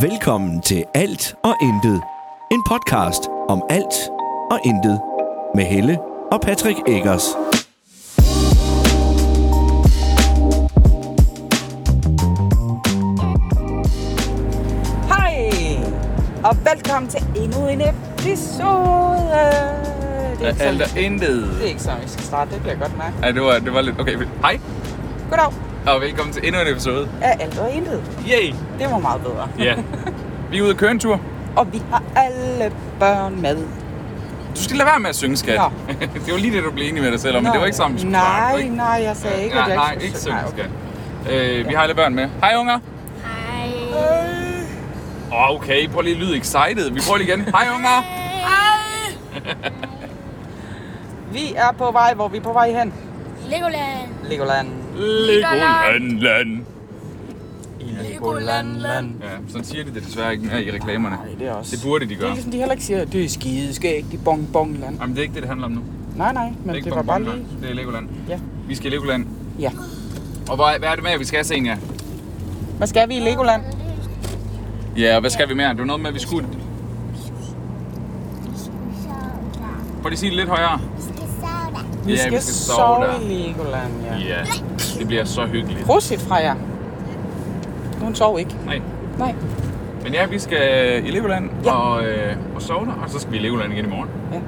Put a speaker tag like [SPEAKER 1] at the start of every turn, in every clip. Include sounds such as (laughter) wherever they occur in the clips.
[SPEAKER 1] Velkommen til Alt og Intet. En podcast om alt og intet. Med Helle og Patrick Eggers.
[SPEAKER 2] Hej, og velkommen til endnu en episode. Det er
[SPEAKER 3] Af
[SPEAKER 2] ikke sådan,
[SPEAKER 3] alt
[SPEAKER 2] vi
[SPEAKER 3] og
[SPEAKER 2] skal,
[SPEAKER 3] intet.
[SPEAKER 2] det er ikke sådan, vi skal starte. Det bliver jeg godt mærke.
[SPEAKER 3] Ej, det var, det var lidt... Okay, men- hej
[SPEAKER 2] Goddag
[SPEAKER 3] og velkommen til endnu en episode.
[SPEAKER 2] af alt og intet.
[SPEAKER 3] Yay!
[SPEAKER 2] Det var meget bedre.
[SPEAKER 3] Ja. Vi er ude at køre en tur.
[SPEAKER 2] Og vi har alle børn med.
[SPEAKER 3] Du skal lade være med at synge, skat.
[SPEAKER 2] Nå.
[SPEAKER 3] (laughs) det var lige det, du blev enig med dig selv om, men
[SPEAKER 2] Nå,
[SPEAKER 3] det var ikke sammen, vi skulle snakke,
[SPEAKER 2] Nej,
[SPEAKER 3] ikke?
[SPEAKER 2] nej, jeg sagde ikke, at
[SPEAKER 3] Nej,
[SPEAKER 2] jeg
[SPEAKER 3] nej,
[SPEAKER 2] skulle
[SPEAKER 3] ikke
[SPEAKER 2] synge.
[SPEAKER 3] synge,
[SPEAKER 2] Nej,
[SPEAKER 3] skat. Øh, vi har alle børn med. Hej, unger. Åh, okay, prøv lige at lyde excited. Vi prøver lige igen. Hej, (laughs) unger.
[SPEAKER 2] okay. Vi er på vej, hvor er vi er på vej hen.
[SPEAKER 4] Legoland.
[SPEAKER 2] Legoland.
[SPEAKER 3] Legoland, land.
[SPEAKER 2] I Legoland. land.
[SPEAKER 3] Ja, sådan siger de det desværre ikke mere i reklamerne.
[SPEAKER 2] Nej, det er også...
[SPEAKER 3] Det burde de
[SPEAKER 2] Det er
[SPEAKER 3] gøre.
[SPEAKER 2] ligesom, de heller ikke siger, det er skideskægt i bongbongland.
[SPEAKER 3] Jamen, det er ikke det, det handler om nu.
[SPEAKER 2] Nej, nej, men det,
[SPEAKER 3] ikke
[SPEAKER 2] det var bare
[SPEAKER 3] Bonbonland.
[SPEAKER 2] lige...
[SPEAKER 3] Det er Legoland.
[SPEAKER 2] Ja.
[SPEAKER 3] Vi skal i Legoland.
[SPEAKER 2] ja.
[SPEAKER 3] Og hvor, hvad er det med, at vi skal have, Senja?
[SPEAKER 2] Hvad skal vi i Legoland?
[SPEAKER 3] Ja, og hvad skal vi mere? Det var noget med, at vi skulle... Prøv lige at sige det lidt højere.
[SPEAKER 2] Vi
[SPEAKER 3] Ja,
[SPEAKER 2] skal,
[SPEAKER 3] vi skal sove der.
[SPEAKER 2] i Legoland, ja.
[SPEAKER 3] Ja, det bliver så hyggeligt.
[SPEAKER 2] Prosit fra jer. Hun sov ikke.
[SPEAKER 3] Nej.
[SPEAKER 2] Nej.
[SPEAKER 3] Men ja, vi skal i Legoland
[SPEAKER 2] Ja.
[SPEAKER 3] og, øh, og sove der, og så skal vi i Legoland igen i morgen.
[SPEAKER 2] Ja.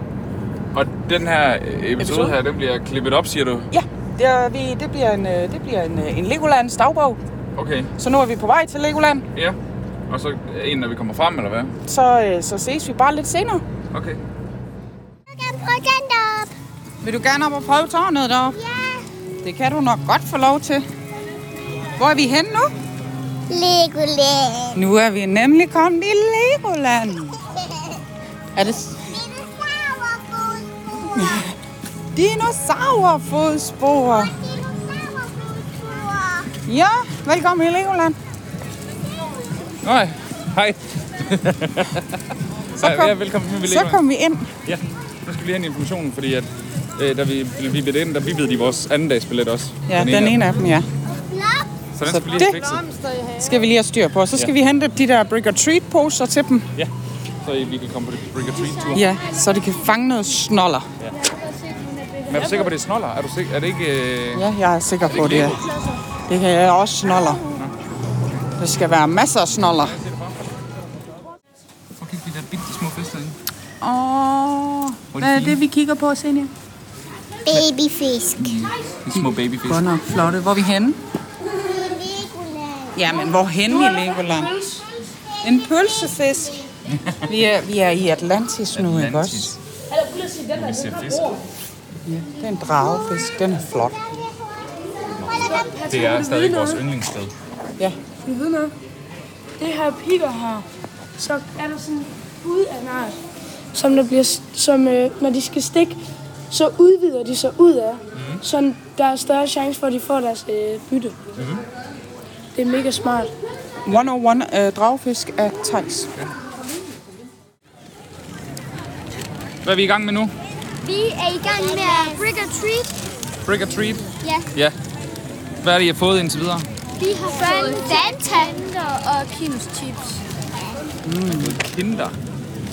[SPEAKER 3] Og den her øh, episode,
[SPEAKER 2] Episode?
[SPEAKER 3] episode? her, den bliver klippet op, siger du?
[SPEAKER 2] Ja, det, er, vi, det bliver en, øh, det bliver en, øh, en Legolands dagbog.
[SPEAKER 3] Okay,
[SPEAKER 2] Så nu er vi på vej til Legoland,
[SPEAKER 3] ja. Og så en, når vi kommer frem, eller hvad?
[SPEAKER 2] så, øh, så ses vi bare lidt senere.
[SPEAKER 3] Okay.
[SPEAKER 2] Vil du gerne op og prøve tårnet deroppe? Det kan du nok godt få lov til. Hvor er vi hen nu?
[SPEAKER 4] Legoland.
[SPEAKER 2] Nu er vi nemlig kommet i Legoland. Er det dinosaurfodspor? Ja, velkommen i Legoland.
[SPEAKER 3] Nej, hej.
[SPEAKER 2] Så kom,
[SPEAKER 3] ja, velkommen til
[SPEAKER 2] så
[SPEAKER 3] Legoland.
[SPEAKER 2] kom vi ind.
[SPEAKER 3] Ja, nu skal vi lige have en information, fordi at, øh, da vi blev bippet ind, der bippede de vores andendagsbillet også.
[SPEAKER 2] Ja, den ene af dem, ja.
[SPEAKER 3] Så den
[SPEAKER 2] Så
[SPEAKER 3] skal vi lige have
[SPEAKER 2] det-
[SPEAKER 3] fikset.
[SPEAKER 2] skal vi lige have styr på. Så skal ja. vi hente de der brick-or-treat-poser til dem.
[SPEAKER 3] Ja, så I- vi kan komme på det brick or treat tur.
[SPEAKER 2] Ja, så de kan fange noget snoller.
[SPEAKER 3] Men er du sikker på, at det er snoller? Er, du sikker? er det ikke... Øh...
[SPEAKER 2] Ja, jeg er sikker på det. er- Det kan jeg også snoller. Der skal være masser af snoller.
[SPEAKER 3] Hvor kan de der bitte små fisk derinde?
[SPEAKER 2] Åh, hvad er det, vi kigger på, Senja?
[SPEAKER 4] Babyfisk.
[SPEAKER 3] De små babyfisk.
[SPEAKER 2] Godt nok flotte. Hvor er vi henne?
[SPEAKER 4] Legoland.
[SPEAKER 2] Jamen, hvor henne i Legoland? En pølsefisk. (laughs) Vi er, vi er i Atlantis nu, ikke også?
[SPEAKER 3] Vi ser fisk.
[SPEAKER 2] Ja, det er en dragefisk. Den er flot.
[SPEAKER 3] Det er stadig vores yndlingssted.
[SPEAKER 2] Ja,
[SPEAKER 5] Skal du vide noget? Det her piger her, så er der sådan en bud af nart, som, der bliver, som øh, når de skal stikke, så udvider de sig ud af,
[SPEAKER 3] Mhm.
[SPEAKER 5] mm. så der er større chance for, at de får deres øh, bytte. Mm.
[SPEAKER 3] Mhm.
[SPEAKER 5] Det er mega smart.
[SPEAKER 2] 101 øh, dragefisk af Thijs.
[SPEAKER 3] Hvad er vi i gang med nu?
[SPEAKER 4] Vi er i gang med at Brick or Treat.
[SPEAKER 3] Brick or treat?
[SPEAKER 4] Ja,
[SPEAKER 3] Ja. Hvad er det, I har fået indtil videre?
[SPEAKER 4] vi har fået Fanta og Kims chips.
[SPEAKER 3] Kinder.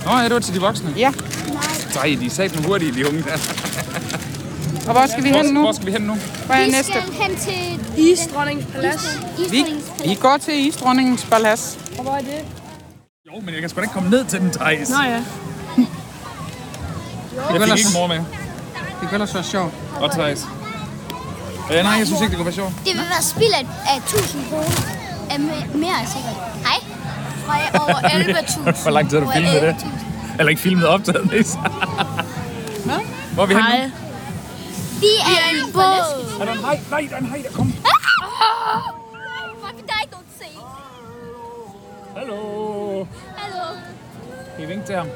[SPEAKER 3] Nå ja, det var til de voksne.
[SPEAKER 2] Ja,
[SPEAKER 3] Nej, de er satme hurtige, de unge der.
[SPEAKER 2] og hvor skal vi hen nu?
[SPEAKER 3] Hvor skal vi hen nu?
[SPEAKER 2] Hvad er
[SPEAKER 4] Vi
[SPEAKER 2] næste?
[SPEAKER 4] skal hen til
[SPEAKER 5] Isdronningens palads.
[SPEAKER 2] Vi, vi går til Isdronningens Palads.
[SPEAKER 5] Og hvor er det?
[SPEAKER 3] Jo, men jeg kan sgu da ikke komme ned til den, Thijs.
[SPEAKER 5] Nå
[SPEAKER 3] (laughs)
[SPEAKER 5] ja.
[SPEAKER 3] Jeg fik
[SPEAKER 2] ellers-
[SPEAKER 3] ikke mor med.
[SPEAKER 2] Det kan ellers være sjovt.
[SPEAKER 3] Og Thijs. Øh, nej, jeg synes ikke, det kunne være sjovt.
[SPEAKER 4] Det vil være spild af, af 1000 kroner. Af me- mere sikkert. Hej. Fra over 11.000.
[SPEAKER 3] Hvor lang tid har du
[SPEAKER 4] Over
[SPEAKER 3] filmet det?
[SPEAKER 4] 11.000.
[SPEAKER 3] Eller ikke filmet optaget, Nis.
[SPEAKER 2] Hvad?
[SPEAKER 3] Hvor er vi henne nu?
[SPEAKER 4] Vi er i en båd.
[SPEAKER 3] Er der en hej? Nej, der er en hej, der kom.
[SPEAKER 4] Hvorfor der er ikke nogen se?
[SPEAKER 3] Hallo.
[SPEAKER 4] Hallo.
[SPEAKER 3] Kan I vinke til ham?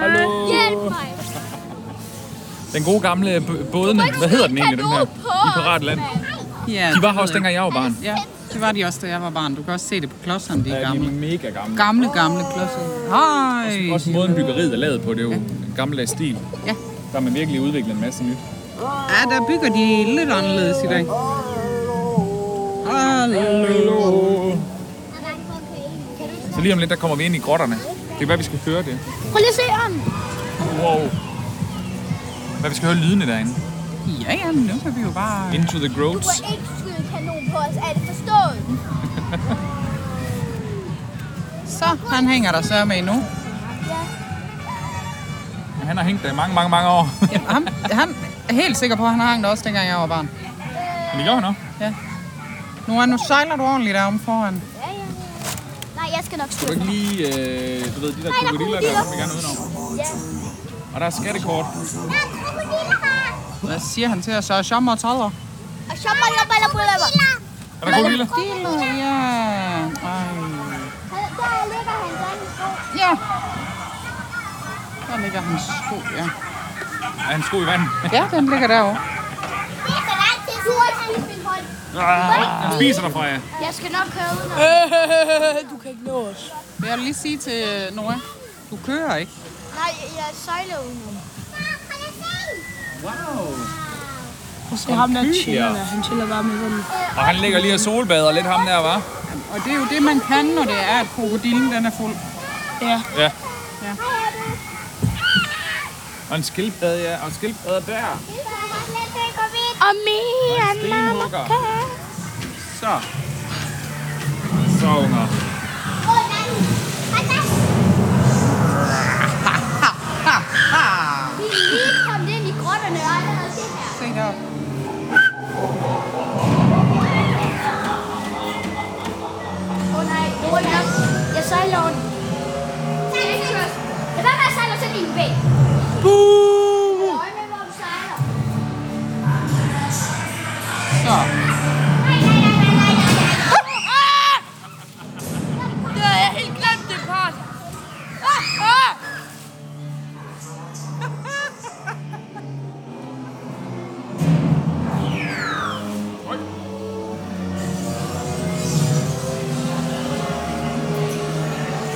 [SPEAKER 3] Hallo.
[SPEAKER 4] Hjælp mig.
[SPEAKER 3] Den gode gamle øh, b- bådene. Hvad hedder den egentlig, den her? I Piratland.
[SPEAKER 2] Ja,
[SPEAKER 3] De var her også dengang, jeg var barn.
[SPEAKER 2] Ja, det var de også, da jeg var barn. Du kan også se det på klodserne, de er
[SPEAKER 3] Ja, de
[SPEAKER 2] gamle.
[SPEAKER 3] er mega gamle.
[SPEAKER 2] Gamle, gamle klodser. Hej!
[SPEAKER 3] Også måden byggeriet er lavet på, det er jo en gammeldags stil.
[SPEAKER 2] Ja.
[SPEAKER 3] Der har man virkelig udviklet en masse nyt.
[SPEAKER 2] Ja, der bygger de lidt anderledes i dag. Hallo.
[SPEAKER 4] Kan du ikke
[SPEAKER 3] Så lige om lidt, der kommer vi ind i grotterne. Det kan være, vi skal høre det.
[SPEAKER 4] Prøv lige at se ånden.
[SPEAKER 3] Wow. Hvad vi skal høre lydene derinde.
[SPEAKER 2] Ja, ja, men nu kan vi jo bare...
[SPEAKER 3] Into the groves.
[SPEAKER 4] ikke skyde kanon på os, er det forstået?
[SPEAKER 2] Så, han hænger der så med nu.
[SPEAKER 4] Ja.
[SPEAKER 3] Han har hængt der i mange, mange, mange år.
[SPEAKER 2] Jamen, ham, han er helt sikker på, at han har hængt også, dengang jeg var barn.
[SPEAKER 3] Men det gør han også.
[SPEAKER 2] Nu, er- nu sejler du ordentligt deromme foran.
[SPEAKER 4] Ja, ja, ja. Nej, jeg skal nok
[SPEAKER 3] Du
[SPEAKER 4] styre
[SPEAKER 3] ikke
[SPEAKER 4] den.
[SPEAKER 3] lige, øh, du ved, de der
[SPEAKER 4] Nej, der
[SPEAKER 3] krokodiller,
[SPEAKER 4] er
[SPEAKER 3] der
[SPEAKER 4] krokodiller.
[SPEAKER 3] vil vi gerne udenom.
[SPEAKER 4] Ja.
[SPEAKER 3] Og der er skattekort.
[SPEAKER 4] Der er krokodiller her!
[SPEAKER 2] Hvad siger han til os? Så er sommer og toller.
[SPEAKER 4] Og så må jeg bare lade
[SPEAKER 3] Er der krokodiller?
[SPEAKER 2] Krokodiller, ja. Ej.
[SPEAKER 4] Der ligger han sådan i
[SPEAKER 2] Ja. Der ligger hans sko,
[SPEAKER 4] sko.
[SPEAKER 2] ja.
[SPEAKER 3] Er han sko i vand?
[SPEAKER 2] Ja, den ligger derovre.
[SPEAKER 4] Det er så lang tid, du har taget min hånd.
[SPEAKER 3] Han spiser dig, Freja.
[SPEAKER 4] Jeg skal nok køre ud.
[SPEAKER 5] Du kan ikke nå os.
[SPEAKER 2] Vil jeg lige sige til øh, Nora, du kører ikke.
[SPEAKER 4] Nej, jeg er søjle udenom.
[SPEAKER 5] Og så ham der chiller, han chiller bare med sådan.
[SPEAKER 3] Og han ligger lige og solbader lidt ham der, var.
[SPEAKER 2] Og det er jo det, man kan, når det er, at krokodillen den er fuld.
[SPEAKER 5] Ja,
[SPEAKER 3] Ja. Og en skildpadde, ja. Og en skildpadde der.
[SPEAKER 4] Og mere
[SPEAKER 3] En stenhugger. Så. Så, unger.
[SPEAKER 4] Vi er lige kommet ind i grotterne og aldrig har set her.
[SPEAKER 2] Se der.
[SPEAKER 6] Oh,
[SPEAKER 4] Åh nej, åh nej. Jeg sejler over den. Lad være med at sejle sådan i en væg. Øje med, hvor du sejler.
[SPEAKER 2] Så.
[SPEAKER 4] Nej, nej, nej, nej, nej, nej, nej.
[SPEAKER 6] Det havde jeg helt glemt det part. Ah, ah.
[SPEAKER 4] Mor,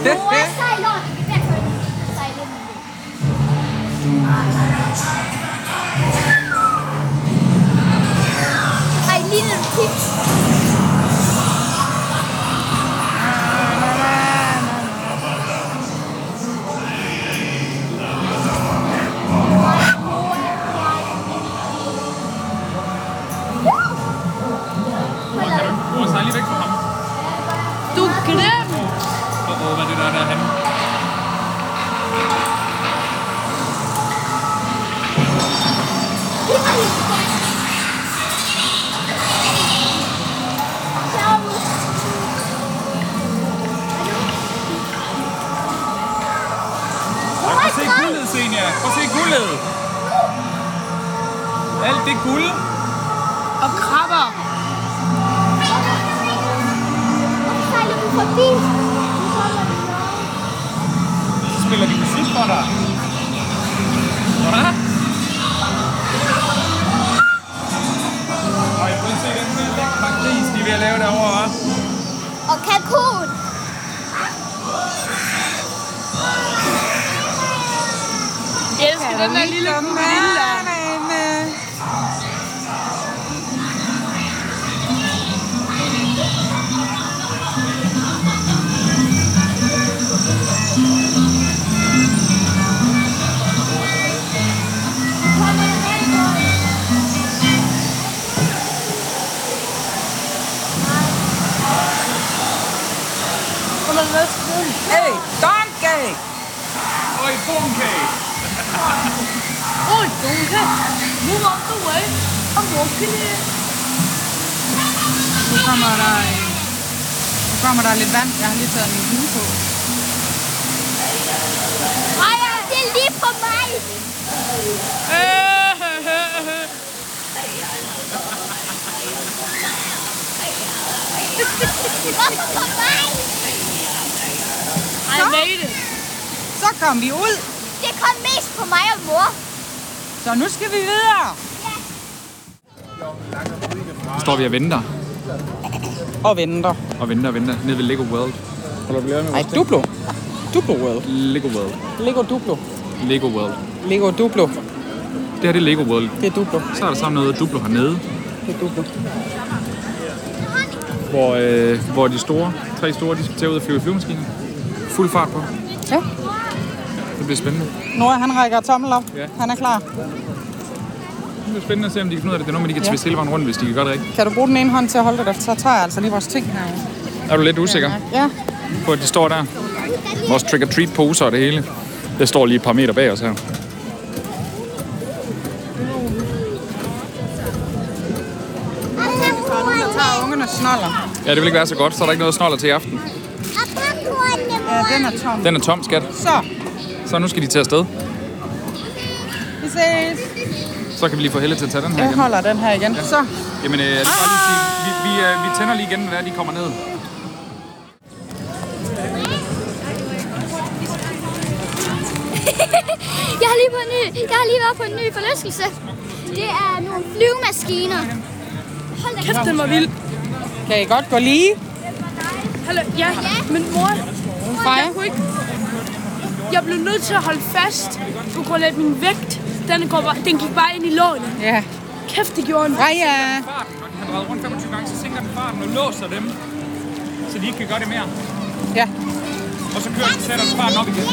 [SPEAKER 6] Oh,
[SPEAKER 4] sejl over den. Det er derfor, jeg ikke sejler den. Ej, lige lidt tips.
[SPEAKER 3] Mor, sejl lige væk fra ham.
[SPEAKER 6] Du grim!
[SPEAKER 3] Åh, oh, hvad er det der, der er han? Prøv at se guldet, Senja. Prøv at se guldet. Alt det guld.
[SPEAKER 6] Og krabber.
[SPEAKER 4] Sejler du forbi? Nu kommer vi nok.
[SPEAKER 3] Så spiller de musik for dig. Hvad? Og jeg prøver at se den der lækre gris, de er ved at lave derovre, hva'?
[SPEAKER 4] Og kalkun.
[SPEAKER 6] Jeg elsker den der lille krokodille.
[SPEAKER 2] Hey, donkey!
[SPEAKER 3] Og en bonkage.
[SPEAKER 6] Åh, Dunke. Move up the way. I'm walking in.
[SPEAKER 2] Nu kommer der, øh, nu kommer der lidt vand. Jeg har lige taget min hue på.
[SPEAKER 4] Ej, det er lige på mig. Hvorfor på mig?
[SPEAKER 6] I made it.
[SPEAKER 2] Så kom vi ud.
[SPEAKER 4] Det kom mest på mig og mor.
[SPEAKER 2] Så nu skal vi videre.
[SPEAKER 3] Så står vi og venter.
[SPEAKER 2] Og venter.
[SPEAKER 3] Og venter og venter. Nede ved Lego World. Holder vi med
[SPEAKER 2] Ej, Duplo. Duplo World.
[SPEAKER 3] Lego World.
[SPEAKER 2] Lego Duplo.
[SPEAKER 3] Lego World.
[SPEAKER 2] Lego Duplo.
[SPEAKER 3] Det her det er Lego World.
[SPEAKER 2] Det er Duplo.
[SPEAKER 3] Så er der sammen noget Duplo hernede,
[SPEAKER 2] Det er Duplo.
[SPEAKER 3] hvor, øh, hvor de store, tre store, de skal tage ud og flyve i flyvemaskinen. fuld fart på.
[SPEAKER 2] Ja.
[SPEAKER 3] Det bliver spændende.
[SPEAKER 2] Nora, han rækker tommel op.
[SPEAKER 3] Ja.
[SPEAKER 2] Han er klar.
[SPEAKER 3] Det bliver spændende at se, om de kan finde ud af det. Det er noget, med, de kan
[SPEAKER 2] Ja.
[SPEAKER 3] tviste hele vejen rundt, hvis de kan gøre det rigtigt.
[SPEAKER 2] Kan du bruge den ene hånd til at holde det der? Så tager jeg altså lige vores ting her.
[SPEAKER 3] Er du lidt usikker
[SPEAKER 2] Ja.
[SPEAKER 3] på, at de står der? Vores trick-or-treat-poser og det hele. Det står lige et par meter bag os her.
[SPEAKER 2] Der er nogen, der tager ungerne snoller.
[SPEAKER 3] Ja, det vil ikke være så godt, så er der ikke noget snoller til i aften.
[SPEAKER 2] Ja, den er tom.
[SPEAKER 3] Den er tom, skat.
[SPEAKER 2] Så,
[SPEAKER 3] Så nu skal de til afsted.
[SPEAKER 2] vi ses.
[SPEAKER 3] Så kan vi lige få Helle til at tage den her
[SPEAKER 2] Jeg
[SPEAKER 3] igen.
[SPEAKER 2] holder den her igen. Så,
[SPEAKER 3] Jamen, øh, er det bare lige at sige, vi, vi, øh, vi tænder lige igen, når de kommer ned.
[SPEAKER 4] Jeg har, lige på en ny, jeg har lige været på en ny forlystelse. Det er nogle flyvemaskiner. Hold da
[SPEAKER 5] Kæft, den var vild.
[SPEAKER 2] kan I godt gå lige?
[SPEAKER 5] Hallo, ja, men mor,
[SPEAKER 2] Freja?
[SPEAKER 5] jeg kunne ikke... Jeg blev nødt til at holde fast på grund af at min vægt. Den, går bare, den gik bare ind i lårene.
[SPEAKER 2] Ja.
[SPEAKER 5] Kæft, det gjorde en.
[SPEAKER 2] Freja!
[SPEAKER 3] Farten, når de har drejet rundt 25 gange, så sænker den farten og låser dem, så de ikke kan gøre det mere.
[SPEAKER 2] Ja.
[SPEAKER 3] Og så kører de sætter farten op igen.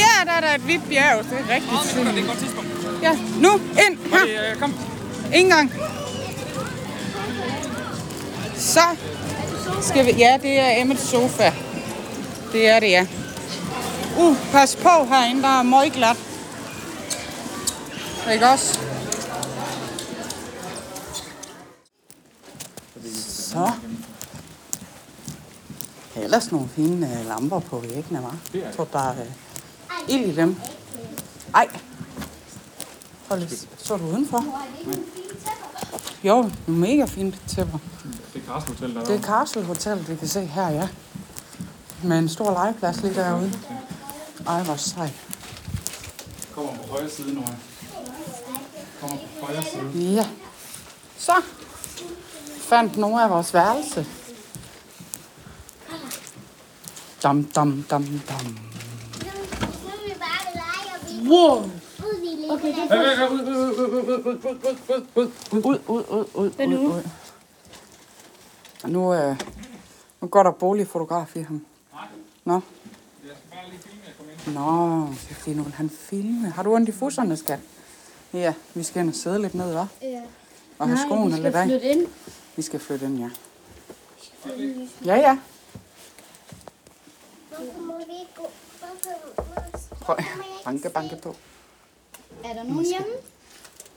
[SPEAKER 2] Ja, der er der et hvidt bjerg. Det er rigtigt.
[SPEAKER 3] 30 minutter, det er et godt tidspunkt.
[SPEAKER 2] Ja, nu ind her.
[SPEAKER 3] Okay, øh, kom.
[SPEAKER 2] En gang. Så skal vi... Ja, det er Emmets sofa. Det er det, ja. Uh, pas på herinde, der er møgglat. Ikke også? Så. Der er ellers nogle fine øh, lamper på væggene, hva'? Jeg tror, der er øh, ild i dem. Ej. Hold, lidt- så er du udenfor. Jo, det er mega fint tæpper.
[SPEAKER 3] Det er Carsten Hotel, der
[SPEAKER 2] Det er Castle Hotel, vi kan se her, ja. Med en stor legeplads lige derude. Ej, hvor sejt.
[SPEAKER 3] kommer på højre side, Nora. Kommer på højre side.
[SPEAKER 2] Ja. Så fandt nogle af vores værelse. Dam, dam, dam, dam.
[SPEAKER 5] Wow.
[SPEAKER 4] Okay, det
[SPEAKER 2] Ud, ud, ud, ud, ud, ud. Og Nu, øh, nu går der boligfotograf i ham. Nå. Nå, det er fordi, nu vil han filme. Har du ondt i fusserne, skat? Ja, vi skal ind og sidde lidt ned, hva'?
[SPEAKER 4] Ja.
[SPEAKER 2] Og have skoene lidt af.
[SPEAKER 4] ind.
[SPEAKER 2] Vi skal flytte ind, ja. Ja, ja.
[SPEAKER 4] Hvorfor må vi ikke gå?
[SPEAKER 2] Prøv. Banke, banke på.
[SPEAKER 4] Er der nogen hjemme?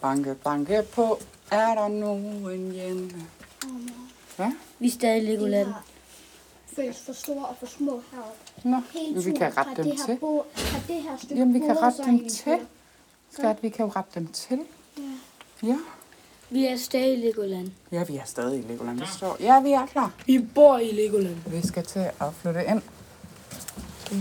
[SPEAKER 2] Banke, banke på. Er der nogen hjemme? Ja?
[SPEAKER 7] Vi er stadig i Legoland.
[SPEAKER 4] Føles for store og for små heroppe.
[SPEAKER 2] Nå,
[SPEAKER 4] Hele
[SPEAKER 2] vi
[SPEAKER 4] turen
[SPEAKER 2] kan
[SPEAKER 4] fra
[SPEAKER 2] rette dem
[SPEAKER 4] det her
[SPEAKER 2] til.
[SPEAKER 4] bo- fra det her stykke
[SPEAKER 2] Jamen, vi kan
[SPEAKER 4] bord,
[SPEAKER 2] rette
[SPEAKER 4] så
[SPEAKER 2] dem
[SPEAKER 4] egentlig
[SPEAKER 2] til. Skat, vi kan jo rette dem til. Ja.
[SPEAKER 7] Vi er stadig i Legoland.
[SPEAKER 2] Ja, vi er stadig i Legoland. Vi står. Ja, vi er klar.
[SPEAKER 5] Vi bor i Legoland.
[SPEAKER 2] Vi skal til at flytte ind.
[SPEAKER 5] Der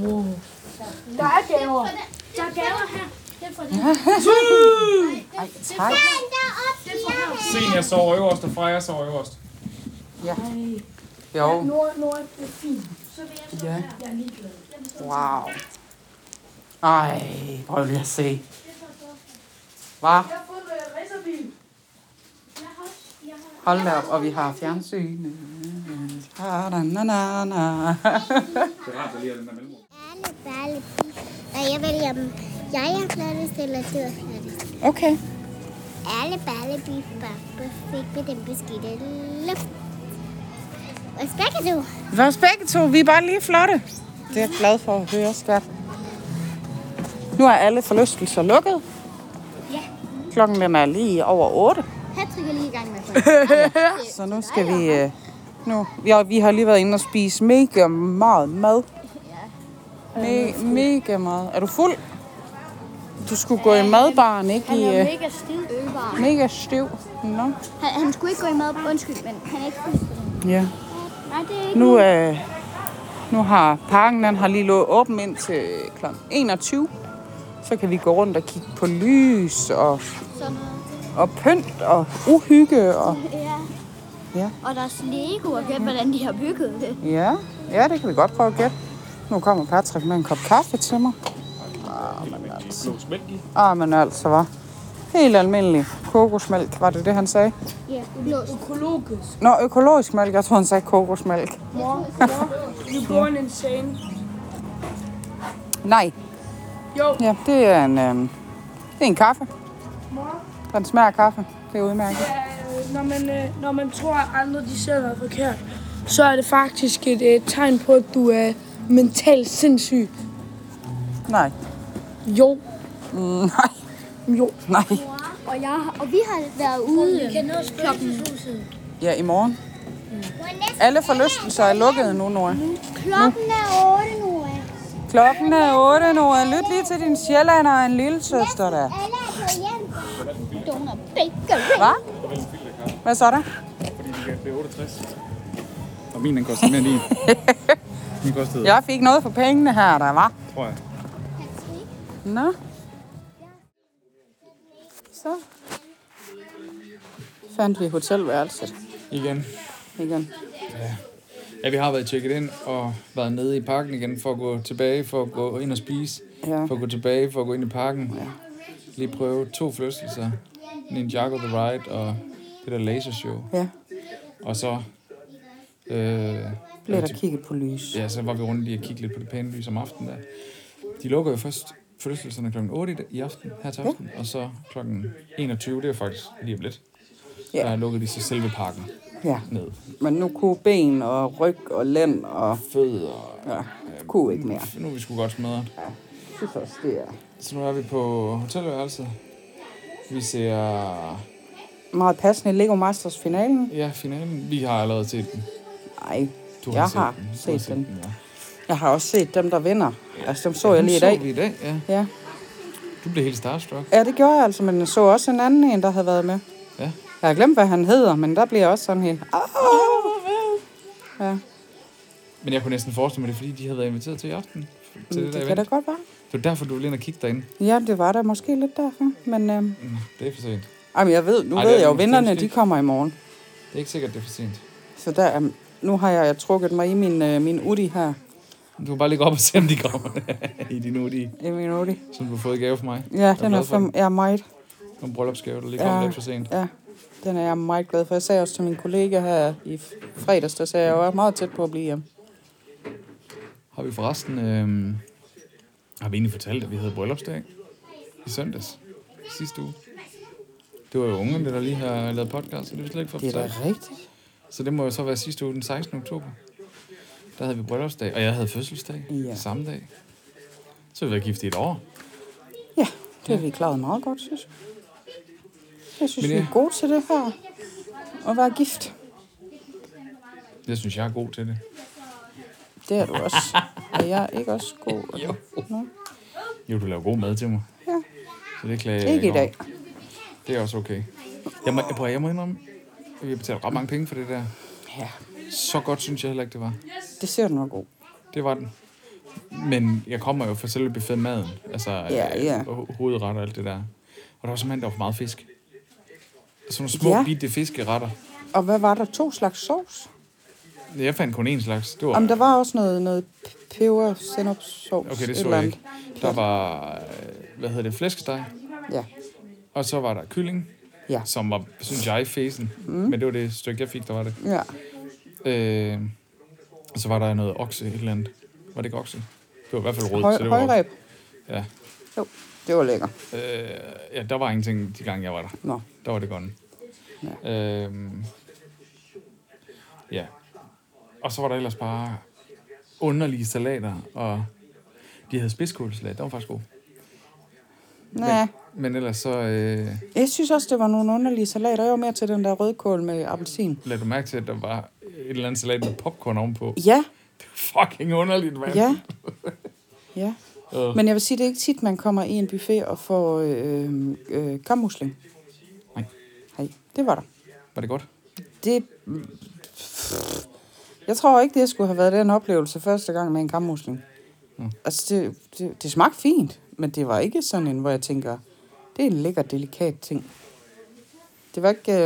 [SPEAKER 5] er gaver.
[SPEAKER 4] Der er gaver her. Det er fra den.
[SPEAKER 2] Ej, tak.
[SPEAKER 4] Det er fra her.
[SPEAKER 3] Senior sover øverst, og Freja sover øverst.
[SPEAKER 2] Ja. Jo,
[SPEAKER 5] Nord, nord, det er fint.
[SPEAKER 2] ja.
[SPEAKER 5] Jeg er ligeglad.
[SPEAKER 2] Wow. Ej, prøv lige at se. Hva?
[SPEAKER 5] Jeg har fået en øh, racerbil.
[SPEAKER 2] Hold da op, og vi har fjernsyn. (laughs) Ta-da-na-na-na.
[SPEAKER 3] Det er rart, at lige er den der mellemrum.
[SPEAKER 4] Alle balle. Og jeg vælger dem. Jeg er flottest, eller du er flottest.
[SPEAKER 2] Okay.
[SPEAKER 4] Alle balle bifabbe fik med den beskidte luft. Hvad spækker du?
[SPEAKER 2] Vores begge to, vi er bare lige flotte. Det er jeg glad for at høre, skat. Nu er alle forlystelser lukket.
[SPEAKER 4] Ja.
[SPEAKER 2] Klokken den er lige over 8.
[SPEAKER 4] Patrick er lige i gang (laughs) med
[SPEAKER 2] (laughs) Så nu skal vi... øh, Nu, ja, vi har lige været inde og spise mega meget mad. Me- mega meget. Er du fuld? Du skulle gå i madbaren, ikke? I, øh,
[SPEAKER 4] mega stiv.
[SPEAKER 2] mega stiv. Nå.
[SPEAKER 4] Han, han skulle ikke gå i mad. Undskyld, men han er ikke fuld på den.
[SPEAKER 2] Ja.
[SPEAKER 4] Nej, det er ikke.
[SPEAKER 2] Nu, øh, nu har parken den har lige lå åben ind til kl. 21. Så kan vi gå rundt og kigge på lys og,
[SPEAKER 4] Sådan
[SPEAKER 2] og pynt og uhygge. Og,
[SPEAKER 4] Ja.
[SPEAKER 2] Ja.
[SPEAKER 4] Og der er Lego og gæt, hvordan de har bygget det.
[SPEAKER 2] ja, ja, det kan vi godt prøve at gætte. Nu kommer Patrick med en kop kaffe til mig.
[SPEAKER 3] Ah, altså. Blå smæk i.
[SPEAKER 2] Ah, men altså, var Helt almindelig kokosmælk, var det det, han sagde?
[SPEAKER 4] Ja, blå.
[SPEAKER 5] Økologisk.
[SPEAKER 2] Nå, økologisk mælk, jeg tror, han sagde kokosmælk.
[SPEAKER 5] Newborn insane.
[SPEAKER 2] Nej.
[SPEAKER 5] Jo.
[SPEAKER 2] Ja, det er en, øh, det er en kaffe.
[SPEAKER 5] Mor,
[SPEAKER 2] Den smager af kaffe. Det er udmærket.
[SPEAKER 5] øh, når, man, øh, når man tror, at andre de ser noget forkert, så er det faktisk et øh, tegn på, at du er mentalt sindssyg.
[SPEAKER 2] Nej.
[SPEAKER 5] Jo,
[SPEAKER 2] Nej.
[SPEAKER 5] jo.
[SPEAKER 2] Nej.
[SPEAKER 4] Og, jeg, og vi har været ude klokken,
[SPEAKER 2] Ja, i morgen. Alle forlystelser er lukkede nu, Nora.
[SPEAKER 4] klokken er 8 nu.
[SPEAKER 2] Klokken er 8, Nora. Lyt lige til din sjællander og en lille søster der.
[SPEAKER 4] Alle er på hjem. Donut bakery.
[SPEAKER 2] Hvad? Hvad så der?
[SPEAKER 3] Fordi det kan- det er 68. Og min, den koster mere end (laughs) din. Min kostede,
[SPEAKER 2] Jeg fik noget for pengene her, der var.
[SPEAKER 3] tror jeg.
[SPEAKER 2] Nå. Så. Fandt vi hotelværelset
[SPEAKER 3] Igen.
[SPEAKER 2] igen.
[SPEAKER 3] Ja, vi har været tjekket ind og været nede i parken igen for at gå tilbage, for at gå ind og spise,
[SPEAKER 2] Ja.
[SPEAKER 3] for at gå tilbage, for at gå ind i parken. Ja. Lige prøve to forlystelser. Ninjago The Ride og det der lasershow.
[SPEAKER 2] Ja.
[SPEAKER 3] Og så... Øh,
[SPEAKER 2] Bliver der kigget på lys.
[SPEAKER 3] ja, så var vi rundt lige og kigge lidt på det pæne lys om aftenen der. De lukker jo først forlystelserne kl. 8 i dag- i aften, her til aften, og så kl. 21, det er faktisk lige om lidt.
[SPEAKER 2] Ja.
[SPEAKER 3] Der lukker de så selve parken
[SPEAKER 2] Ja.
[SPEAKER 3] ned.
[SPEAKER 2] Men nu kunne ben og ryg og lænd og...
[SPEAKER 3] Fødder,
[SPEAKER 2] Ja, kunne ikke mere.
[SPEAKER 3] nu er vi sgu godt smadret.
[SPEAKER 2] Jeg synes også, det er
[SPEAKER 3] Så nu er vi på hotelværelset. Vi ser
[SPEAKER 2] meget passende. Lego Masters finalen.
[SPEAKER 3] ja, finalen. Vi har allerede set den.
[SPEAKER 2] Nej,
[SPEAKER 3] Du
[SPEAKER 2] jeg
[SPEAKER 3] set
[SPEAKER 2] har
[SPEAKER 3] den. Du
[SPEAKER 2] set, set den.
[SPEAKER 3] ja.
[SPEAKER 2] Jeg har også set dem, der vinder. Altså, dem så jeg
[SPEAKER 3] Den
[SPEAKER 2] lige i
[SPEAKER 3] så
[SPEAKER 2] dag.
[SPEAKER 3] vi i dag, ja.
[SPEAKER 2] Ja.
[SPEAKER 3] Du blev helt starstruck.
[SPEAKER 2] ja, det gjorde jeg altså, men jeg så også en anden en, der havde været med.
[SPEAKER 3] Ja.
[SPEAKER 2] Jeg har glemt, hvad han hedder, men der bliver jeg også sådan helt... "Ah." Ja,
[SPEAKER 3] Men jeg kunne næsten forestille mig det, er fordi de havde været inviteret til i aften. Til det,
[SPEAKER 2] Mm, det
[SPEAKER 3] der
[SPEAKER 2] kan da
[SPEAKER 3] event.
[SPEAKER 2] godt være.
[SPEAKER 3] det var derfor, du ville ind og kigge derinde.
[SPEAKER 2] Ja, det var der måske lidt derfor, men... Øhm,
[SPEAKER 3] Mm, Det er for sent.
[SPEAKER 2] jamen, jeg ved, nu
[SPEAKER 3] Ej,
[SPEAKER 2] Ej,
[SPEAKER 3] det
[SPEAKER 2] ved
[SPEAKER 3] er
[SPEAKER 2] jeg jo,
[SPEAKER 3] den
[SPEAKER 2] vinderne,
[SPEAKER 3] findes
[SPEAKER 2] de
[SPEAKER 3] ikke.
[SPEAKER 2] kommer i morgen.
[SPEAKER 3] Det er ikke sikkert, det er for sent.
[SPEAKER 2] Så der, er- nu har jeg trukket mig i min, øh, min udi her.
[SPEAKER 3] Du kan bare ligge op og se, om de kommer (laughs) i din UDI,
[SPEAKER 2] I min udi.
[SPEAKER 3] som du har fået i gave fra mig.
[SPEAKER 2] Ja, den er,
[SPEAKER 3] glad for
[SPEAKER 2] for, ja, meget.
[SPEAKER 3] Nogle bryllupsgave, der lige
[SPEAKER 2] Ja.
[SPEAKER 3] kom lidt for sent.
[SPEAKER 2] Ja, den er jeg meget glad for. Jeg sagde også til min kollega her i f- fredags, der sagde jeg, at jeg var meget tæt på at blive hjemme.
[SPEAKER 3] Har vi forresten... Øh, har vi egentlig fortalt, at vi havde bryllupsdag i søndags sidste uge? Det var jo ungerne, der lige har lavet podcast, så det er vi slet ikke for
[SPEAKER 2] Det er da
[SPEAKER 3] fortalt.
[SPEAKER 2] rigtigt.
[SPEAKER 3] Så det må jo så være sidste uge, den 16. oktober. Der havde vi bryllupsdag, og jeg havde fødselsdag
[SPEAKER 2] Ja.
[SPEAKER 3] ja. samme dag. Så har vi været gift i et år.
[SPEAKER 2] Ja, det har vi klaret meget godt, synes jeg. Jeg synes,
[SPEAKER 3] Men
[SPEAKER 2] vi
[SPEAKER 3] ja.
[SPEAKER 2] er gode til det her. At være gift.
[SPEAKER 3] Jeg synes, jeg er god til det.
[SPEAKER 2] Det er du
[SPEAKER 3] (laughs)
[SPEAKER 2] også. Og jeg er ikke også god.
[SPEAKER 3] Jo.
[SPEAKER 2] Nå.
[SPEAKER 3] Jo, du laver god mad til mig.
[SPEAKER 2] Ja.
[SPEAKER 3] Så det klager jeg
[SPEAKER 2] Ikke i
[SPEAKER 3] over.
[SPEAKER 2] dag.
[SPEAKER 3] Det er også okay. Jeg må, jeg, prøver- jeg må indrømme, at vi har betalt ret mange penge for det der.
[SPEAKER 2] Ja,
[SPEAKER 3] Så godt synes jeg heller ikke, det var.
[SPEAKER 2] det ser du nok god.
[SPEAKER 3] Det var den. Men jeg kommer jo for selve buffet maden. Altså
[SPEAKER 2] Ja,
[SPEAKER 3] øh,
[SPEAKER 2] ja.
[SPEAKER 3] ho- hovedret og alt det der. Og der var simpelthen der var for meget fisk. Sådan nogle små
[SPEAKER 2] Ja.
[SPEAKER 3] ja. bitte fiskeretter.
[SPEAKER 2] Og hvad var der? To slags sovs?
[SPEAKER 3] Jeg fandt kun én slags. Det var,
[SPEAKER 2] Jamen, der var også noget, noget p- peber, sennepsovs.
[SPEAKER 3] okay, det
[SPEAKER 2] et
[SPEAKER 3] så
[SPEAKER 2] eller
[SPEAKER 3] jeg
[SPEAKER 2] andet.
[SPEAKER 3] ikke. Der var, øh, hvad hedder det, flæskesteg.
[SPEAKER 2] Ja.
[SPEAKER 3] Og så var der kylling,
[SPEAKER 2] Ja.
[SPEAKER 3] som var, synes jeg, fesen. Mm. Men det var det stykke, jeg fik, der var det.
[SPEAKER 2] ja.
[SPEAKER 3] Øh, og så var der noget okse, et eller andet. Var det ikke okse? Det var i hvert fald rød.
[SPEAKER 2] Høj,
[SPEAKER 3] så det var
[SPEAKER 2] højræb.
[SPEAKER 3] Ja.
[SPEAKER 2] Jo, det var lækker.
[SPEAKER 3] Øh, ja, der var ingenting, de gange jeg var der.
[SPEAKER 2] Nå.
[SPEAKER 3] Der var det godt. Ja. Øhm, ja. Og så var der ellers bare underlige salater, og de havde spidskålsalat. Der var faktisk god.
[SPEAKER 2] Næh.
[SPEAKER 3] Men ellers så øh,
[SPEAKER 2] Jeg synes også, det var nogle underlige salater. Jeg var mere til den der rødkål med appelsin.
[SPEAKER 3] lagde du mærke til, at der var et eller andet salat med popcorn ovenpå.
[SPEAKER 2] Ja,
[SPEAKER 3] Det var fucking underligt, mand.
[SPEAKER 2] ja. (laughs) Ja. Men jeg vil sige, det er ikke tit, man kommer i en buffet og får øh, øh, kammusling.
[SPEAKER 3] Nej.
[SPEAKER 2] Nej, det var der.
[SPEAKER 3] Var det godt?
[SPEAKER 2] Det... Jeg tror ikke, det skulle have været den oplevelse første gang med en kammusling. Altså, det, det, det smagte fint, men det var ikke sådan en, hvor jeg tænker, det er en lækker, delikat ting. Det var ikke... Øh,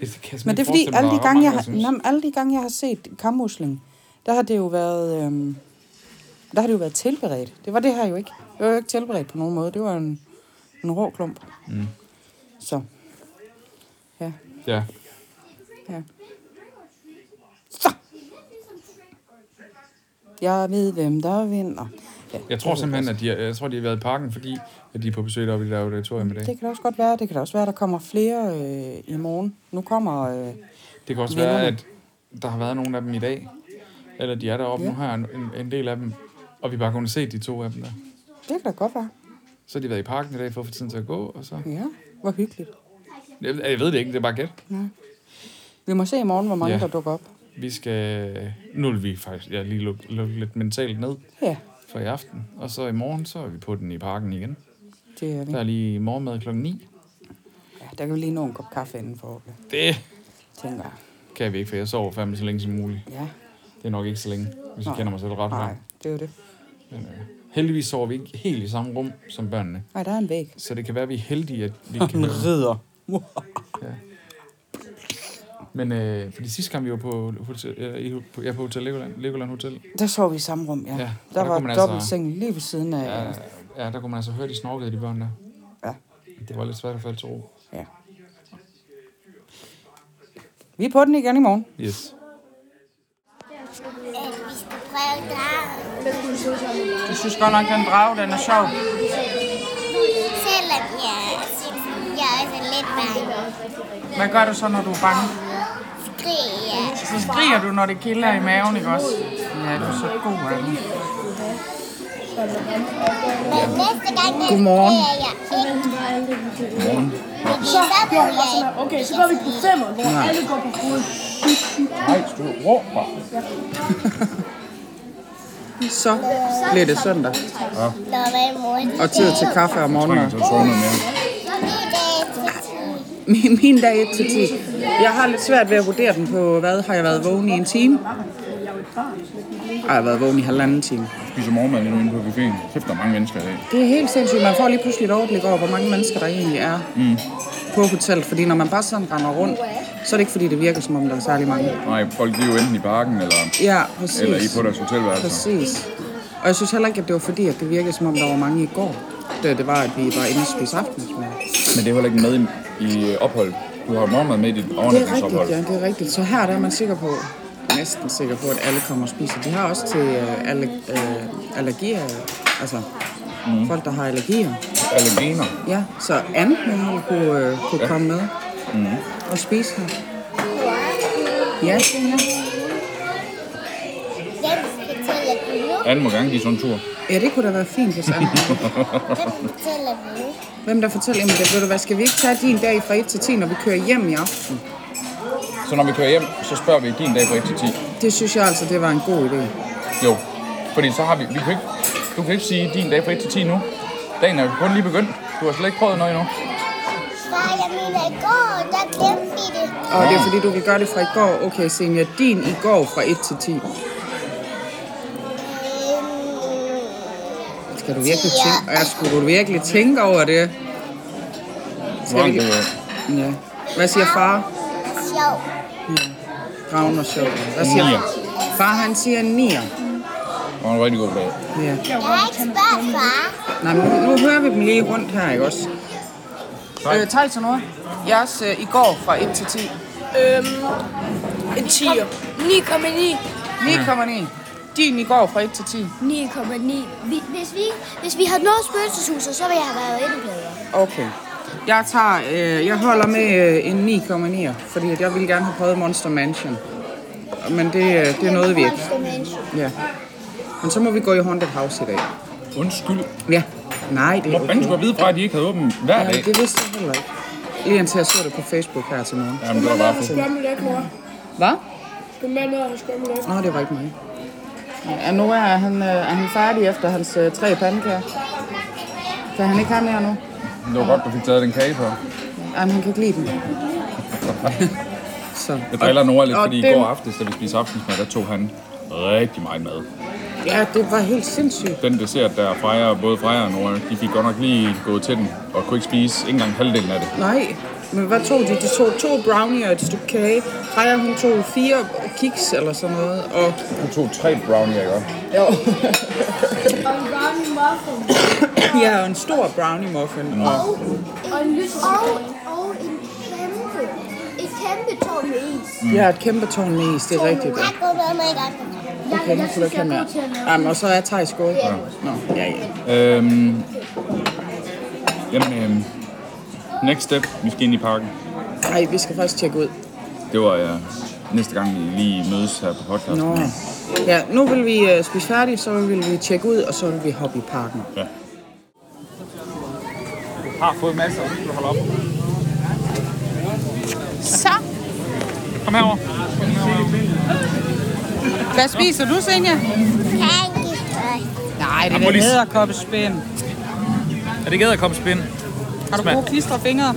[SPEAKER 3] Det kan jeg
[SPEAKER 2] Men det er fordi,
[SPEAKER 3] simpelthen ikke forestille mig,
[SPEAKER 2] alle de,
[SPEAKER 3] hvor
[SPEAKER 2] gange, jeg,
[SPEAKER 3] mange,
[SPEAKER 2] har-
[SPEAKER 3] synes.
[SPEAKER 2] jamen, alle de gange, jeg har set kammusling, der har det jo været... Øhm, der har det jo været tilberedt. Det var det her jo ikke. Det var jo ikke tilberedt på nogen måde. Det var en, en rå klump. Mm. Så. Ja,
[SPEAKER 3] Ja.
[SPEAKER 2] ja. Så! Jeg ved, hvem der vinder.
[SPEAKER 8] Jeg tror simpelthen, at de, har- jeg tror, de har været i parken, fordi at de er på besøg deroppe i det der auditorium i dag.
[SPEAKER 2] Det kan da også godt være. Det kan da også være, der kommer flere øh, i morgen. Nu kommer... Øh,
[SPEAKER 8] Det kan også
[SPEAKER 2] Vennerne.
[SPEAKER 8] være, at der har været nogle af dem i dag. Eller de er deroppe. Nu har jeg en, en- en del af dem. Og vi bare kunne se de to af dem der.
[SPEAKER 2] det kan da godt være.
[SPEAKER 8] Så har de været i parken i dag for at få tiden til at gå. Og så...
[SPEAKER 2] Ja, hvor hyggeligt.
[SPEAKER 8] jeg, jeg ved det ikke, det er bare gæt.
[SPEAKER 2] Vi må se i morgen, hvor mange
[SPEAKER 8] Ja.
[SPEAKER 2] ja. der dukker op.
[SPEAKER 8] Vi skal... Nu vil vi faktisk jeg lige lukke, lukke lidt mentalt ned
[SPEAKER 2] Ja,
[SPEAKER 8] for i aften. Og så i morgen, så er vi på den i parken igen.
[SPEAKER 2] det er vi.
[SPEAKER 8] Der er lige morgenmad klokken 9.
[SPEAKER 2] Ja, der kan vi lige nå en kop kaffe inden for,
[SPEAKER 8] Det
[SPEAKER 2] tænker jeg.
[SPEAKER 8] kan vi ikke, for jeg sover fandme så længe som muligt.
[SPEAKER 2] Ja,
[SPEAKER 8] Det er nok ikke så længe, hvis jeg
[SPEAKER 2] Nej.
[SPEAKER 8] kender mig selv ret
[SPEAKER 2] nej,
[SPEAKER 8] langt.
[SPEAKER 2] det er jo det.
[SPEAKER 8] Men, øh, heldigvis sover vi ikke helt i samme rum som børnene.
[SPEAKER 2] Nej, der er en væg.
[SPEAKER 8] Så det kan være, at vi er heldige, at vi
[SPEAKER 2] En
[SPEAKER 8] kan...
[SPEAKER 2] ridder.
[SPEAKER 8] Men øh, fordi sidste gang vi var på, hotel, øh, i, på, ja, på Hotel Legoland, Legoland Hotel,
[SPEAKER 2] (laughs) Der sov vi i samme rum, ja.
[SPEAKER 8] Ja,
[SPEAKER 2] ja
[SPEAKER 8] og
[SPEAKER 2] der
[SPEAKER 8] der
[SPEAKER 2] var
[SPEAKER 8] kunne man altså-
[SPEAKER 2] dobbelt seng lige ved siden af.
[SPEAKER 8] ja. ja, der kunne man altså høre, de snorkede, de børn der.
[SPEAKER 2] Ja.
[SPEAKER 8] Det var lidt svært at falde til ro.
[SPEAKER 2] ja. Vi er på den igen i morgen.
[SPEAKER 8] Yes.
[SPEAKER 4] Vi skal prøve der.
[SPEAKER 2] Du synes godt nok, den drage, den er sjov.
[SPEAKER 4] Selvom jeg, jeg er også lidt bange.
[SPEAKER 2] Hvad gør du så, når du er bange?
[SPEAKER 4] Skriger jeg.
[SPEAKER 2] Så skriger du, når det kilder i maven, ikke også? Ja, du er så god af den.
[SPEAKER 4] Men næste gang, der
[SPEAKER 2] Godmorgen.
[SPEAKER 4] skriger jeg ikke. Fordi så bliver jeg
[SPEAKER 5] Okay, så går vi på femmer, hvor alle går på hovedet.
[SPEAKER 2] Så bliver det søndag.
[SPEAKER 4] Når min mor
[SPEAKER 2] Og tid til kaffe og morgenmad. Min, min dag 1 til 10. Jeg har lidt svært ved at vurdere den på, hvad har jeg været vågen i en time? Ej, jeg har været vågen i halvanden time.
[SPEAKER 3] spiser morgenmad lige nu inde på buffeten. Kæft, der er mange mennesker i dag.
[SPEAKER 2] Det er helt sindssygt. Man får lige pludselig et overblik over, hvor mange mennesker der egentlig er mm. på hotellet. Fordi når man bare sådan render rundt, så er det ikke fordi, det virker som om, der er særlig mange.
[SPEAKER 3] Nej, folk de er jo enten i parken eller,
[SPEAKER 2] Ja, præcis.
[SPEAKER 3] eller i på deres hotelværelser.
[SPEAKER 2] Præcis. Og jeg synes heller ikke, at det var fordi, at det virkede som om, der var mange i går. Det, det var, at vi var inde og spise aftensmad.
[SPEAKER 3] Men det er heller ikke med i, i øh, ophold. Du har jo morgenmad med i dit
[SPEAKER 2] Det er rigtigt,
[SPEAKER 3] overnatningsophold.
[SPEAKER 2] ja, det er rigtigt. Så her der er man sikker på, næsten sikker på, at alle kommer og spiser. De har også til øh, alle, øh, allergier, øh, altså mm. folk, der har allergier.
[SPEAKER 3] Allergener.
[SPEAKER 2] Ja, så andet man kunne, øh, kunne ja. komme med mm. og spise her. Ja,
[SPEAKER 4] Hvem fortæller du nu?
[SPEAKER 3] Anden må gerne give sådan en tur.
[SPEAKER 2] ja, det kunne da være fint, hvis andet. (laughs)
[SPEAKER 4] Hvem fortæller du nu?
[SPEAKER 2] Hvem der fortæller, jamen det, ved du hvad, skal vi ikke tage din dag fra 1 til 10, når vi kører hjem i aften?
[SPEAKER 3] Så når vi kører hjem, så spørger vi din dag på 1 til 10.
[SPEAKER 2] Det synes jeg altså, det var en god idé.
[SPEAKER 3] Jo. Fordi så har vi... vi kan ikke, du kan ikke sige din dag på 1 til 10 nu. Dagen er jo kun lige begyndt. Du har slet ikke prøvet noget endnu.
[SPEAKER 4] Far, jeg mener i går, der glemte vi det.
[SPEAKER 2] Og
[SPEAKER 3] Ah.
[SPEAKER 2] det er fordi, du vil gøre det fra i går. Okay, senior, din i går fra 1 til 10. Skal du virkelig tænke, ja, skulle du virkelig tænke over det?
[SPEAKER 3] Hvor
[SPEAKER 2] Skal vi... Ja. Hvad siger far?
[SPEAKER 4] Sjov.
[SPEAKER 2] Ravn og sjov. Hvad siger
[SPEAKER 3] Nier.
[SPEAKER 2] Far, han siger 9.
[SPEAKER 3] Det var en rigtig god dag.
[SPEAKER 2] Ja.
[SPEAKER 4] Jeg har ikke spurgt far.
[SPEAKER 2] Nej, men nu, nu hører vi dem lige rundt her, ikke også? Øh, Tejl til noget. Jeres øh, i går fra 1 til 10.
[SPEAKER 5] Øhm, en 10'er. 9,9.
[SPEAKER 2] 9,9. Din i går fra 1 til 10.
[SPEAKER 4] 9,9. Vi, hvis, vi, hvis vi havde nået spøgelseshuset, så ville jeg have været endnu bedre.
[SPEAKER 2] Okay. Jeg tager, øh, jeg holder med øh, en 9,9, fordi at jeg ville gerne have prøvet Monster Mansion. Men det, øh, det er noget, vi ikke. Ja. Men så må vi gå i Haunted House i dag.
[SPEAKER 3] Undskyld.
[SPEAKER 2] Ja. Nej, det er
[SPEAKER 3] Hvor fanden skulle
[SPEAKER 2] okay.
[SPEAKER 3] jeg vide fra, at de ikke havde åbent hver
[SPEAKER 2] Ja,
[SPEAKER 3] dag?
[SPEAKER 2] det vidste jeg heller ikke. Lige indtil jeg så det på Facebook her til morgen.
[SPEAKER 3] Jamen, det var bare fedt.
[SPEAKER 5] Spørg mig lidt, mor.
[SPEAKER 2] Hvad?
[SPEAKER 5] Skal med ned og spørg mig lidt.
[SPEAKER 2] Nå, det var ikke mig. Ja, nu er han, øh, er han færdig efter hans øh, tre pandekager. Kan han ikke have mere nu?
[SPEAKER 3] Det var godt, du fik taget den kage på.
[SPEAKER 2] Ej, men han kan ikke lide den. så.
[SPEAKER 3] Jeg driller Nora lidt,
[SPEAKER 2] og
[SPEAKER 3] fordi i
[SPEAKER 2] den-
[SPEAKER 3] går aftes, da vi spiste aftensmad, der tog han rigtig meget mad.
[SPEAKER 2] Ja, det var helt sindssygt.
[SPEAKER 3] Den dessert, der Freja, både Freja og Nora, de fik godt nok lige gået til den, og kunne ikke spise ikke engang halvdelen af det.
[SPEAKER 2] Nej, men hvad tog de? De tog to brownie og et stykke kage. Freja, hun tog fire kiks eller sådan noget. Og,
[SPEAKER 3] Hun tog tre brownie, ikke?
[SPEAKER 2] jo. ja, og en stor brownie muffin. Og,
[SPEAKER 4] Og en lys. Og, og en kæmpe. Et kæmpe tårn med is.
[SPEAKER 2] ja, et kæmpe tårn med is, det er rigtigt. Ja.
[SPEAKER 4] Jeg går med mig i gang.
[SPEAKER 2] Okay, nu skal du ikke have mere. Jamen, og så er Thaj skåret. Nå, ja, ja.
[SPEAKER 3] Øhm, jamen, øhm, next step, vi skal ind i parken.
[SPEAKER 2] Ej, vi skal faktisk tjekke ud.
[SPEAKER 3] Det var øh, næste gang, vi lige mødes her på podcasten.
[SPEAKER 2] Nå. Ja, nu vil vi øh, spise færdig, så vil vi tjekke ud, og så vil vi hoppe i parken.
[SPEAKER 3] Har fået masser, så skal du holde op.
[SPEAKER 2] Så,
[SPEAKER 3] Kom herover.
[SPEAKER 2] hvad spiser du, Senja? Nej, det
[SPEAKER 3] prøv
[SPEAKER 2] er
[SPEAKER 3] lige-
[SPEAKER 2] æderkoppespind.
[SPEAKER 3] Er det æderkopspind?
[SPEAKER 2] Har du brugt klistre fingre?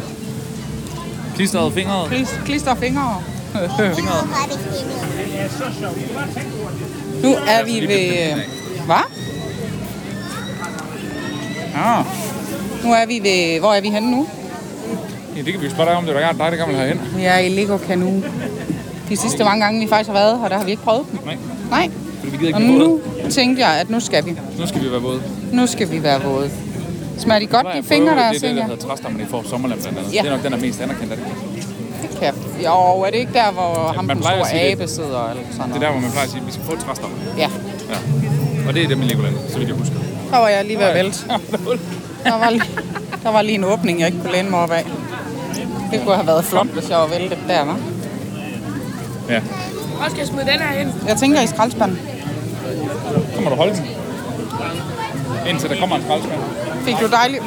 [SPEAKER 3] Klistrede fingre?
[SPEAKER 2] Klis- Klistre fingre? Nu er vi ved... øh, Hvad? Ja. Nu er vi ved... Hvor er vi henne nu?
[SPEAKER 3] Ja, det kan vi jo spørge dig om. Det er da dig, der gerne vil herhen.
[SPEAKER 2] Vi er i Lego Canoe. De sidste mange gange, vi faktisk har været her, der har vi ikke prøvet dem.
[SPEAKER 3] Nej.
[SPEAKER 2] Nej.
[SPEAKER 3] Fordi vi gider
[SPEAKER 2] Og
[SPEAKER 3] ikke blive
[SPEAKER 2] nu tænkte jeg, at nu skal vi.
[SPEAKER 3] våde. Nu skal vi være våde.
[SPEAKER 2] Nu skal vi være våde. Smager de godt,
[SPEAKER 3] Nej,
[SPEAKER 2] de
[SPEAKER 3] jeg
[SPEAKER 2] fingre,
[SPEAKER 3] prøver-
[SPEAKER 2] der er
[SPEAKER 3] Det er det, der
[SPEAKER 2] Senja?
[SPEAKER 3] hedder træstammen i for sommerland blandt andet.
[SPEAKER 2] Ja.
[SPEAKER 3] Det er nok den, der er mest anerkendt af det.
[SPEAKER 2] Det kan jeg- Jo, er det ikke der, hvor ham
[SPEAKER 3] man
[SPEAKER 2] den
[SPEAKER 3] plejer at sige
[SPEAKER 2] store
[SPEAKER 3] det.
[SPEAKER 2] abe sidder? Eller sådan
[SPEAKER 3] Det er
[SPEAKER 2] noget?
[SPEAKER 3] der, hvor man plejer at sige, at vi skal få et træstamme.
[SPEAKER 2] Ja,
[SPEAKER 3] Ja. Og det er dem i Legoland, så vidt jeg husker.
[SPEAKER 2] der var jeg lige ved at vælte. Der var, lige, der var lige en åbning, jeg ikke kunne læne mig op af. Det kunne have været flot, hvis jeg var væltet der, var.
[SPEAKER 3] Ja.
[SPEAKER 5] Hvor skal jeg smide den her hen?
[SPEAKER 2] Jeg tænker i skraldespanden.
[SPEAKER 3] Så må du holde den. Indtil der kommer en skraldespand.
[SPEAKER 2] Fik du dejligt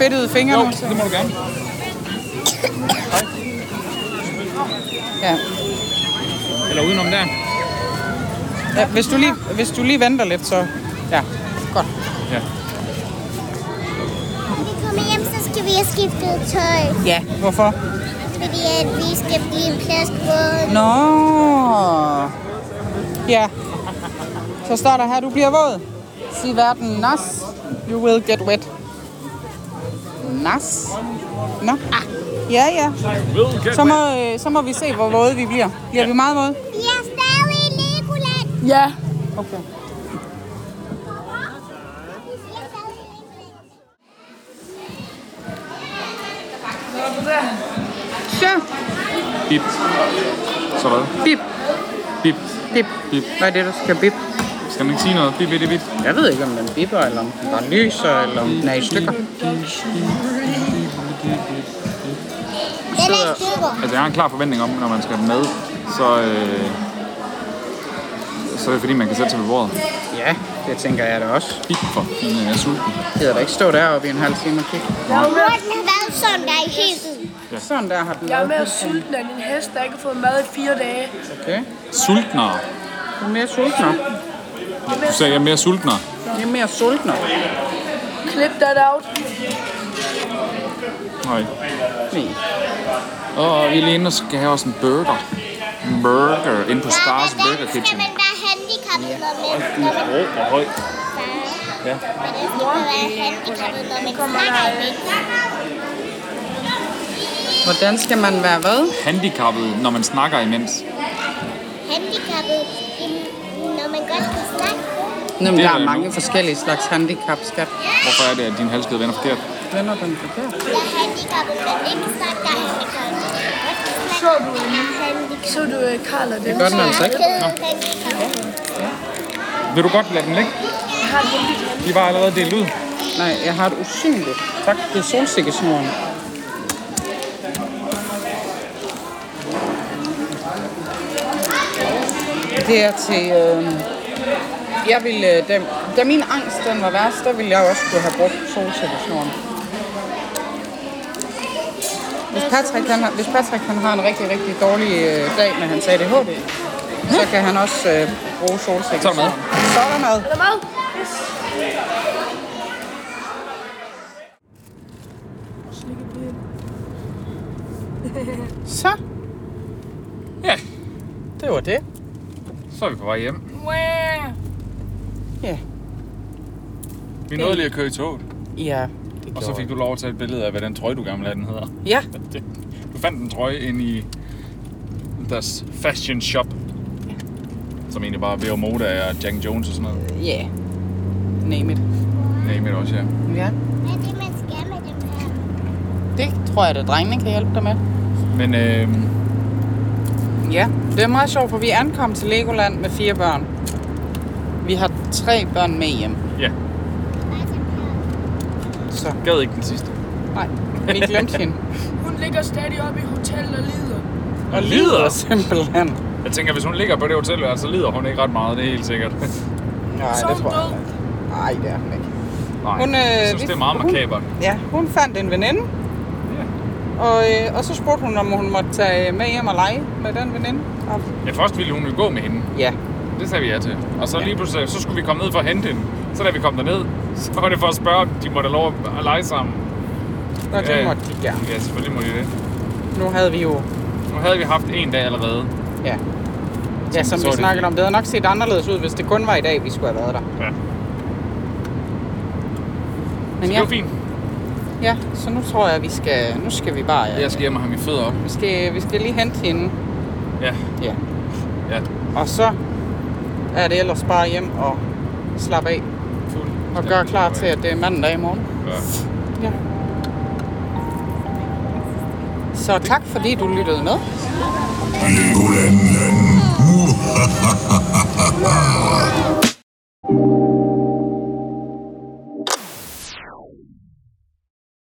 [SPEAKER 2] fedtede fingre
[SPEAKER 3] Jo,
[SPEAKER 2] nu?
[SPEAKER 3] det må du gerne.
[SPEAKER 2] Ja.
[SPEAKER 3] Eller udenom der.
[SPEAKER 2] ja hvis, du lige, hvis du lige venter lidt, så... Ja, godt.
[SPEAKER 3] Ja.
[SPEAKER 4] Når vi kommer hjem, så skal vi have skiftet tøj,
[SPEAKER 2] Ja, hvorfor?
[SPEAKER 4] fordi at vi skal blive en plaskvåd.
[SPEAKER 2] Nå. Ja. Så står der her, du bliver våd. Sig verden nas. You will get wet. Nas. Nå. Ah. Ja, ja. Så må, øh, så må vi se, hvor våde vi bliver. Bliver vi meget våde?
[SPEAKER 4] Vi er stadig i Legoland.
[SPEAKER 5] Ja.
[SPEAKER 2] Okay.
[SPEAKER 4] Vi er stadig i Legoland.
[SPEAKER 2] Ja.
[SPEAKER 3] Bip. Så hvad?
[SPEAKER 2] Bip.
[SPEAKER 3] Bip.
[SPEAKER 2] Bip.
[SPEAKER 3] Bip.
[SPEAKER 2] Hvad er det, der skal bip?
[SPEAKER 3] Skal man ikke sige noget? Bip, bip, bip.
[SPEAKER 2] Jeg ved ikke, om den bipper, eller om den bare lyser, eller om den er i stykker.
[SPEAKER 4] Den er i stykker.
[SPEAKER 3] Altså, jeg har en klar forventning om, når man skal med, så... Øh, så er det fordi, man kan sætte sig ved bordet.
[SPEAKER 2] Ja, det tænker jeg da også.
[SPEAKER 3] Bip for fanden, jeg er sulten.
[SPEAKER 2] Det hedder da ikke stå deroppe i en halv time og kigge.
[SPEAKER 4] Hvor den har været sådan der i hele tiden.
[SPEAKER 2] Sådan der har den
[SPEAKER 5] Jeg er
[SPEAKER 2] været.
[SPEAKER 5] mere sulten end en hest, der ikke har fået mad i fire dage.
[SPEAKER 2] Okay.
[SPEAKER 3] Sultnere.
[SPEAKER 2] Du er mere sultner.
[SPEAKER 3] Du sagde, jeg er mere sultnere.
[SPEAKER 2] Det er mere sultner.
[SPEAKER 5] Clip that out.
[SPEAKER 3] Nej.
[SPEAKER 2] Nej.
[SPEAKER 3] Og vi er lige inde og skal have os en burger. En Burger inde på Stars
[SPEAKER 4] Hvordan
[SPEAKER 3] Burger
[SPEAKER 4] skal
[SPEAKER 3] Kitchen.
[SPEAKER 4] man være handicappet, når man når man
[SPEAKER 3] Rå og høj.
[SPEAKER 4] Ja. Hvordan skal man være handicappet, når man snakker med?
[SPEAKER 2] Hvordan skal man være hvad?
[SPEAKER 3] Handicappet, når man snakker imens.
[SPEAKER 4] Handicappet, i- når man godt kan snakke.
[SPEAKER 2] Jamen,
[SPEAKER 3] Det
[SPEAKER 2] der
[SPEAKER 3] er
[SPEAKER 2] er
[SPEAKER 3] der
[SPEAKER 2] mange
[SPEAKER 3] nu.
[SPEAKER 2] forskellige slags handicap, skat.
[SPEAKER 3] Hvorfor er det, at din halskæde vender forkert?
[SPEAKER 2] Vender den forkert?
[SPEAKER 4] Jeg er handicappet, men ikke snakke, der er handicappet. Jeg kan godt snakke.
[SPEAKER 5] Så du,
[SPEAKER 4] Jeg er handicappet.
[SPEAKER 5] så du øh, Karl og det.
[SPEAKER 2] Gør den altså ikke?
[SPEAKER 4] Jeg er handicappet.
[SPEAKER 3] Vil du godt lade den ligge? De var allerede delt ud.
[SPEAKER 2] Nej, jeg har et usynligt. Tak, det er solsikkesnoren. Det er til... Øh... Jeg ville, øh, da, da, min angst den var værst, der ville jeg også kunne have brugt solsikkesnoren. Hvis Patrick, han har, hvis Patrick han har en rigtig, rigtig dårlig øh, dag med hans ADHD, så kan han også øh, bruge solsikkesnoren.
[SPEAKER 3] Så er der
[SPEAKER 2] Så er der mad.
[SPEAKER 5] Er der mad?
[SPEAKER 2] Så,
[SPEAKER 3] Ja,
[SPEAKER 2] det var det.
[SPEAKER 3] så er vi på vej hjem.
[SPEAKER 2] Ja.
[SPEAKER 3] Vi nåede lige at køre i toget.
[SPEAKER 2] Ja, det
[SPEAKER 3] Og så fik du lov at tage et billede af, hvad den trøje, du gerne vil have, den hedder.
[SPEAKER 2] Ja,
[SPEAKER 3] Du fandt en trøje inde i deres fashion shop. Som egentlig bare er Vero Moda og Jack Jones og sådan noget.
[SPEAKER 2] ja. Yeah. Name it.
[SPEAKER 3] Name it også, ja.
[SPEAKER 2] Ja.
[SPEAKER 4] Hvad er det, man skal med dem her?
[SPEAKER 2] Det tror jeg, at drengene kan hjælpe dig med.
[SPEAKER 3] Men øh,
[SPEAKER 2] Ja, det er meget sjovt, for vi ankom til Legoland med fire børn. Vi har tre børn med hjem.
[SPEAKER 3] Ja.
[SPEAKER 2] Så,
[SPEAKER 3] Gad ikke den sidste.
[SPEAKER 2] nej, vi glemte hende.
[SPEAKER 9] (laughs) Hun ligger stadig oppe i hotellet og lider.
[SPEAKER 3] Og lider.
[SPEAKER 2] simpelthen.
[SPEAKER 3] Jeg tænker, hvis hun ligger på det hotelværelse, så lider hun ikke ret meget, det er helt sikkert. (laughs)
[SPEAKER 2] Nej,
[SPEAKER 9] Så er
[SPEAKER 2] det
[SPEAKER 9] hun
[SPEAKER 2] tror jeg
[SPEAKER 9] død.
[SPEAKER 2] ikke. Nej, det er hun ikke.
[SPEAKER 3] Nej,
[SPEAKER 2] Hun, øh,
[SPEAKER 3] jeg synes,
[SPEAKER 2] vi-
[SPEAKER 3] det er meget
[SPEAKER 2] hun-
[SPEAKER 3] makabert.
[SPEAKER 2] Ja, hun fandt en veninde. Og, øh, og så spurgte hun, om hun måtte tage med hjem og lege med den veninde. Og,
[SPEAKER 3] Ja, først ville hun jo gå med hende.
[SPEAKER 2] ja,
[SPEAKER 3] Det sagde vi ja til. Og så lige pludselig, så skulle vi komme ned for at hente hende. Så da vi kom derned, (laughs) så var det for at spørge, om de måtte have lov at lege sammen.
[SPEAKER 2] og det
[SPEAKER 3] Ja.
[SPEAKER 2] måtte de gerne.
[SPEAKER 3] Ja, selvfølgelig må de det.
[SPEAKER 2] Nu havde vi jo,
[SPEAKER 3] Nu havde vi haft en dag allerede.
[SPEAKER 2] ja, ja som
[SPEAKER 3] Så
[SPEAKER 2] vi
[SPEAKER 3] er det-
[SPEAKER 2] snakkede om, det havde nok set anderledes ud, hvis det kun var i dag, vi skulle have været der.
[SPEAKER 3] Ja.
[SPEAKER 2] Men
[SPEAKER 3] Så
[SPEAKER 2] ja,
[SPEAKER 3] det var fint.
[SPEAKER 2] ja, så nu tror jeg, vi skal, nu skal vi bare, ja.
[SPEAKER 3] Jeg skal hjem og have mine fødder op.
[SPEAKER 2] vi, skal, vi skal lige hente hende.
[SPEAKER 3] Ja,
[SPEAKER 2] Ja.
[SPEAKER 3] ja.
[SPEAKER 2] Og så er det ellers bare hjem og slappe af
[SPEAKER 3] Fuld.
[SPEAKER 2] og gøre klar til, at det er mandag i morgen.
[SPEAKER 3] Ja.
[SPEAKER 2] Ja. Så tak fordi du lyttede med.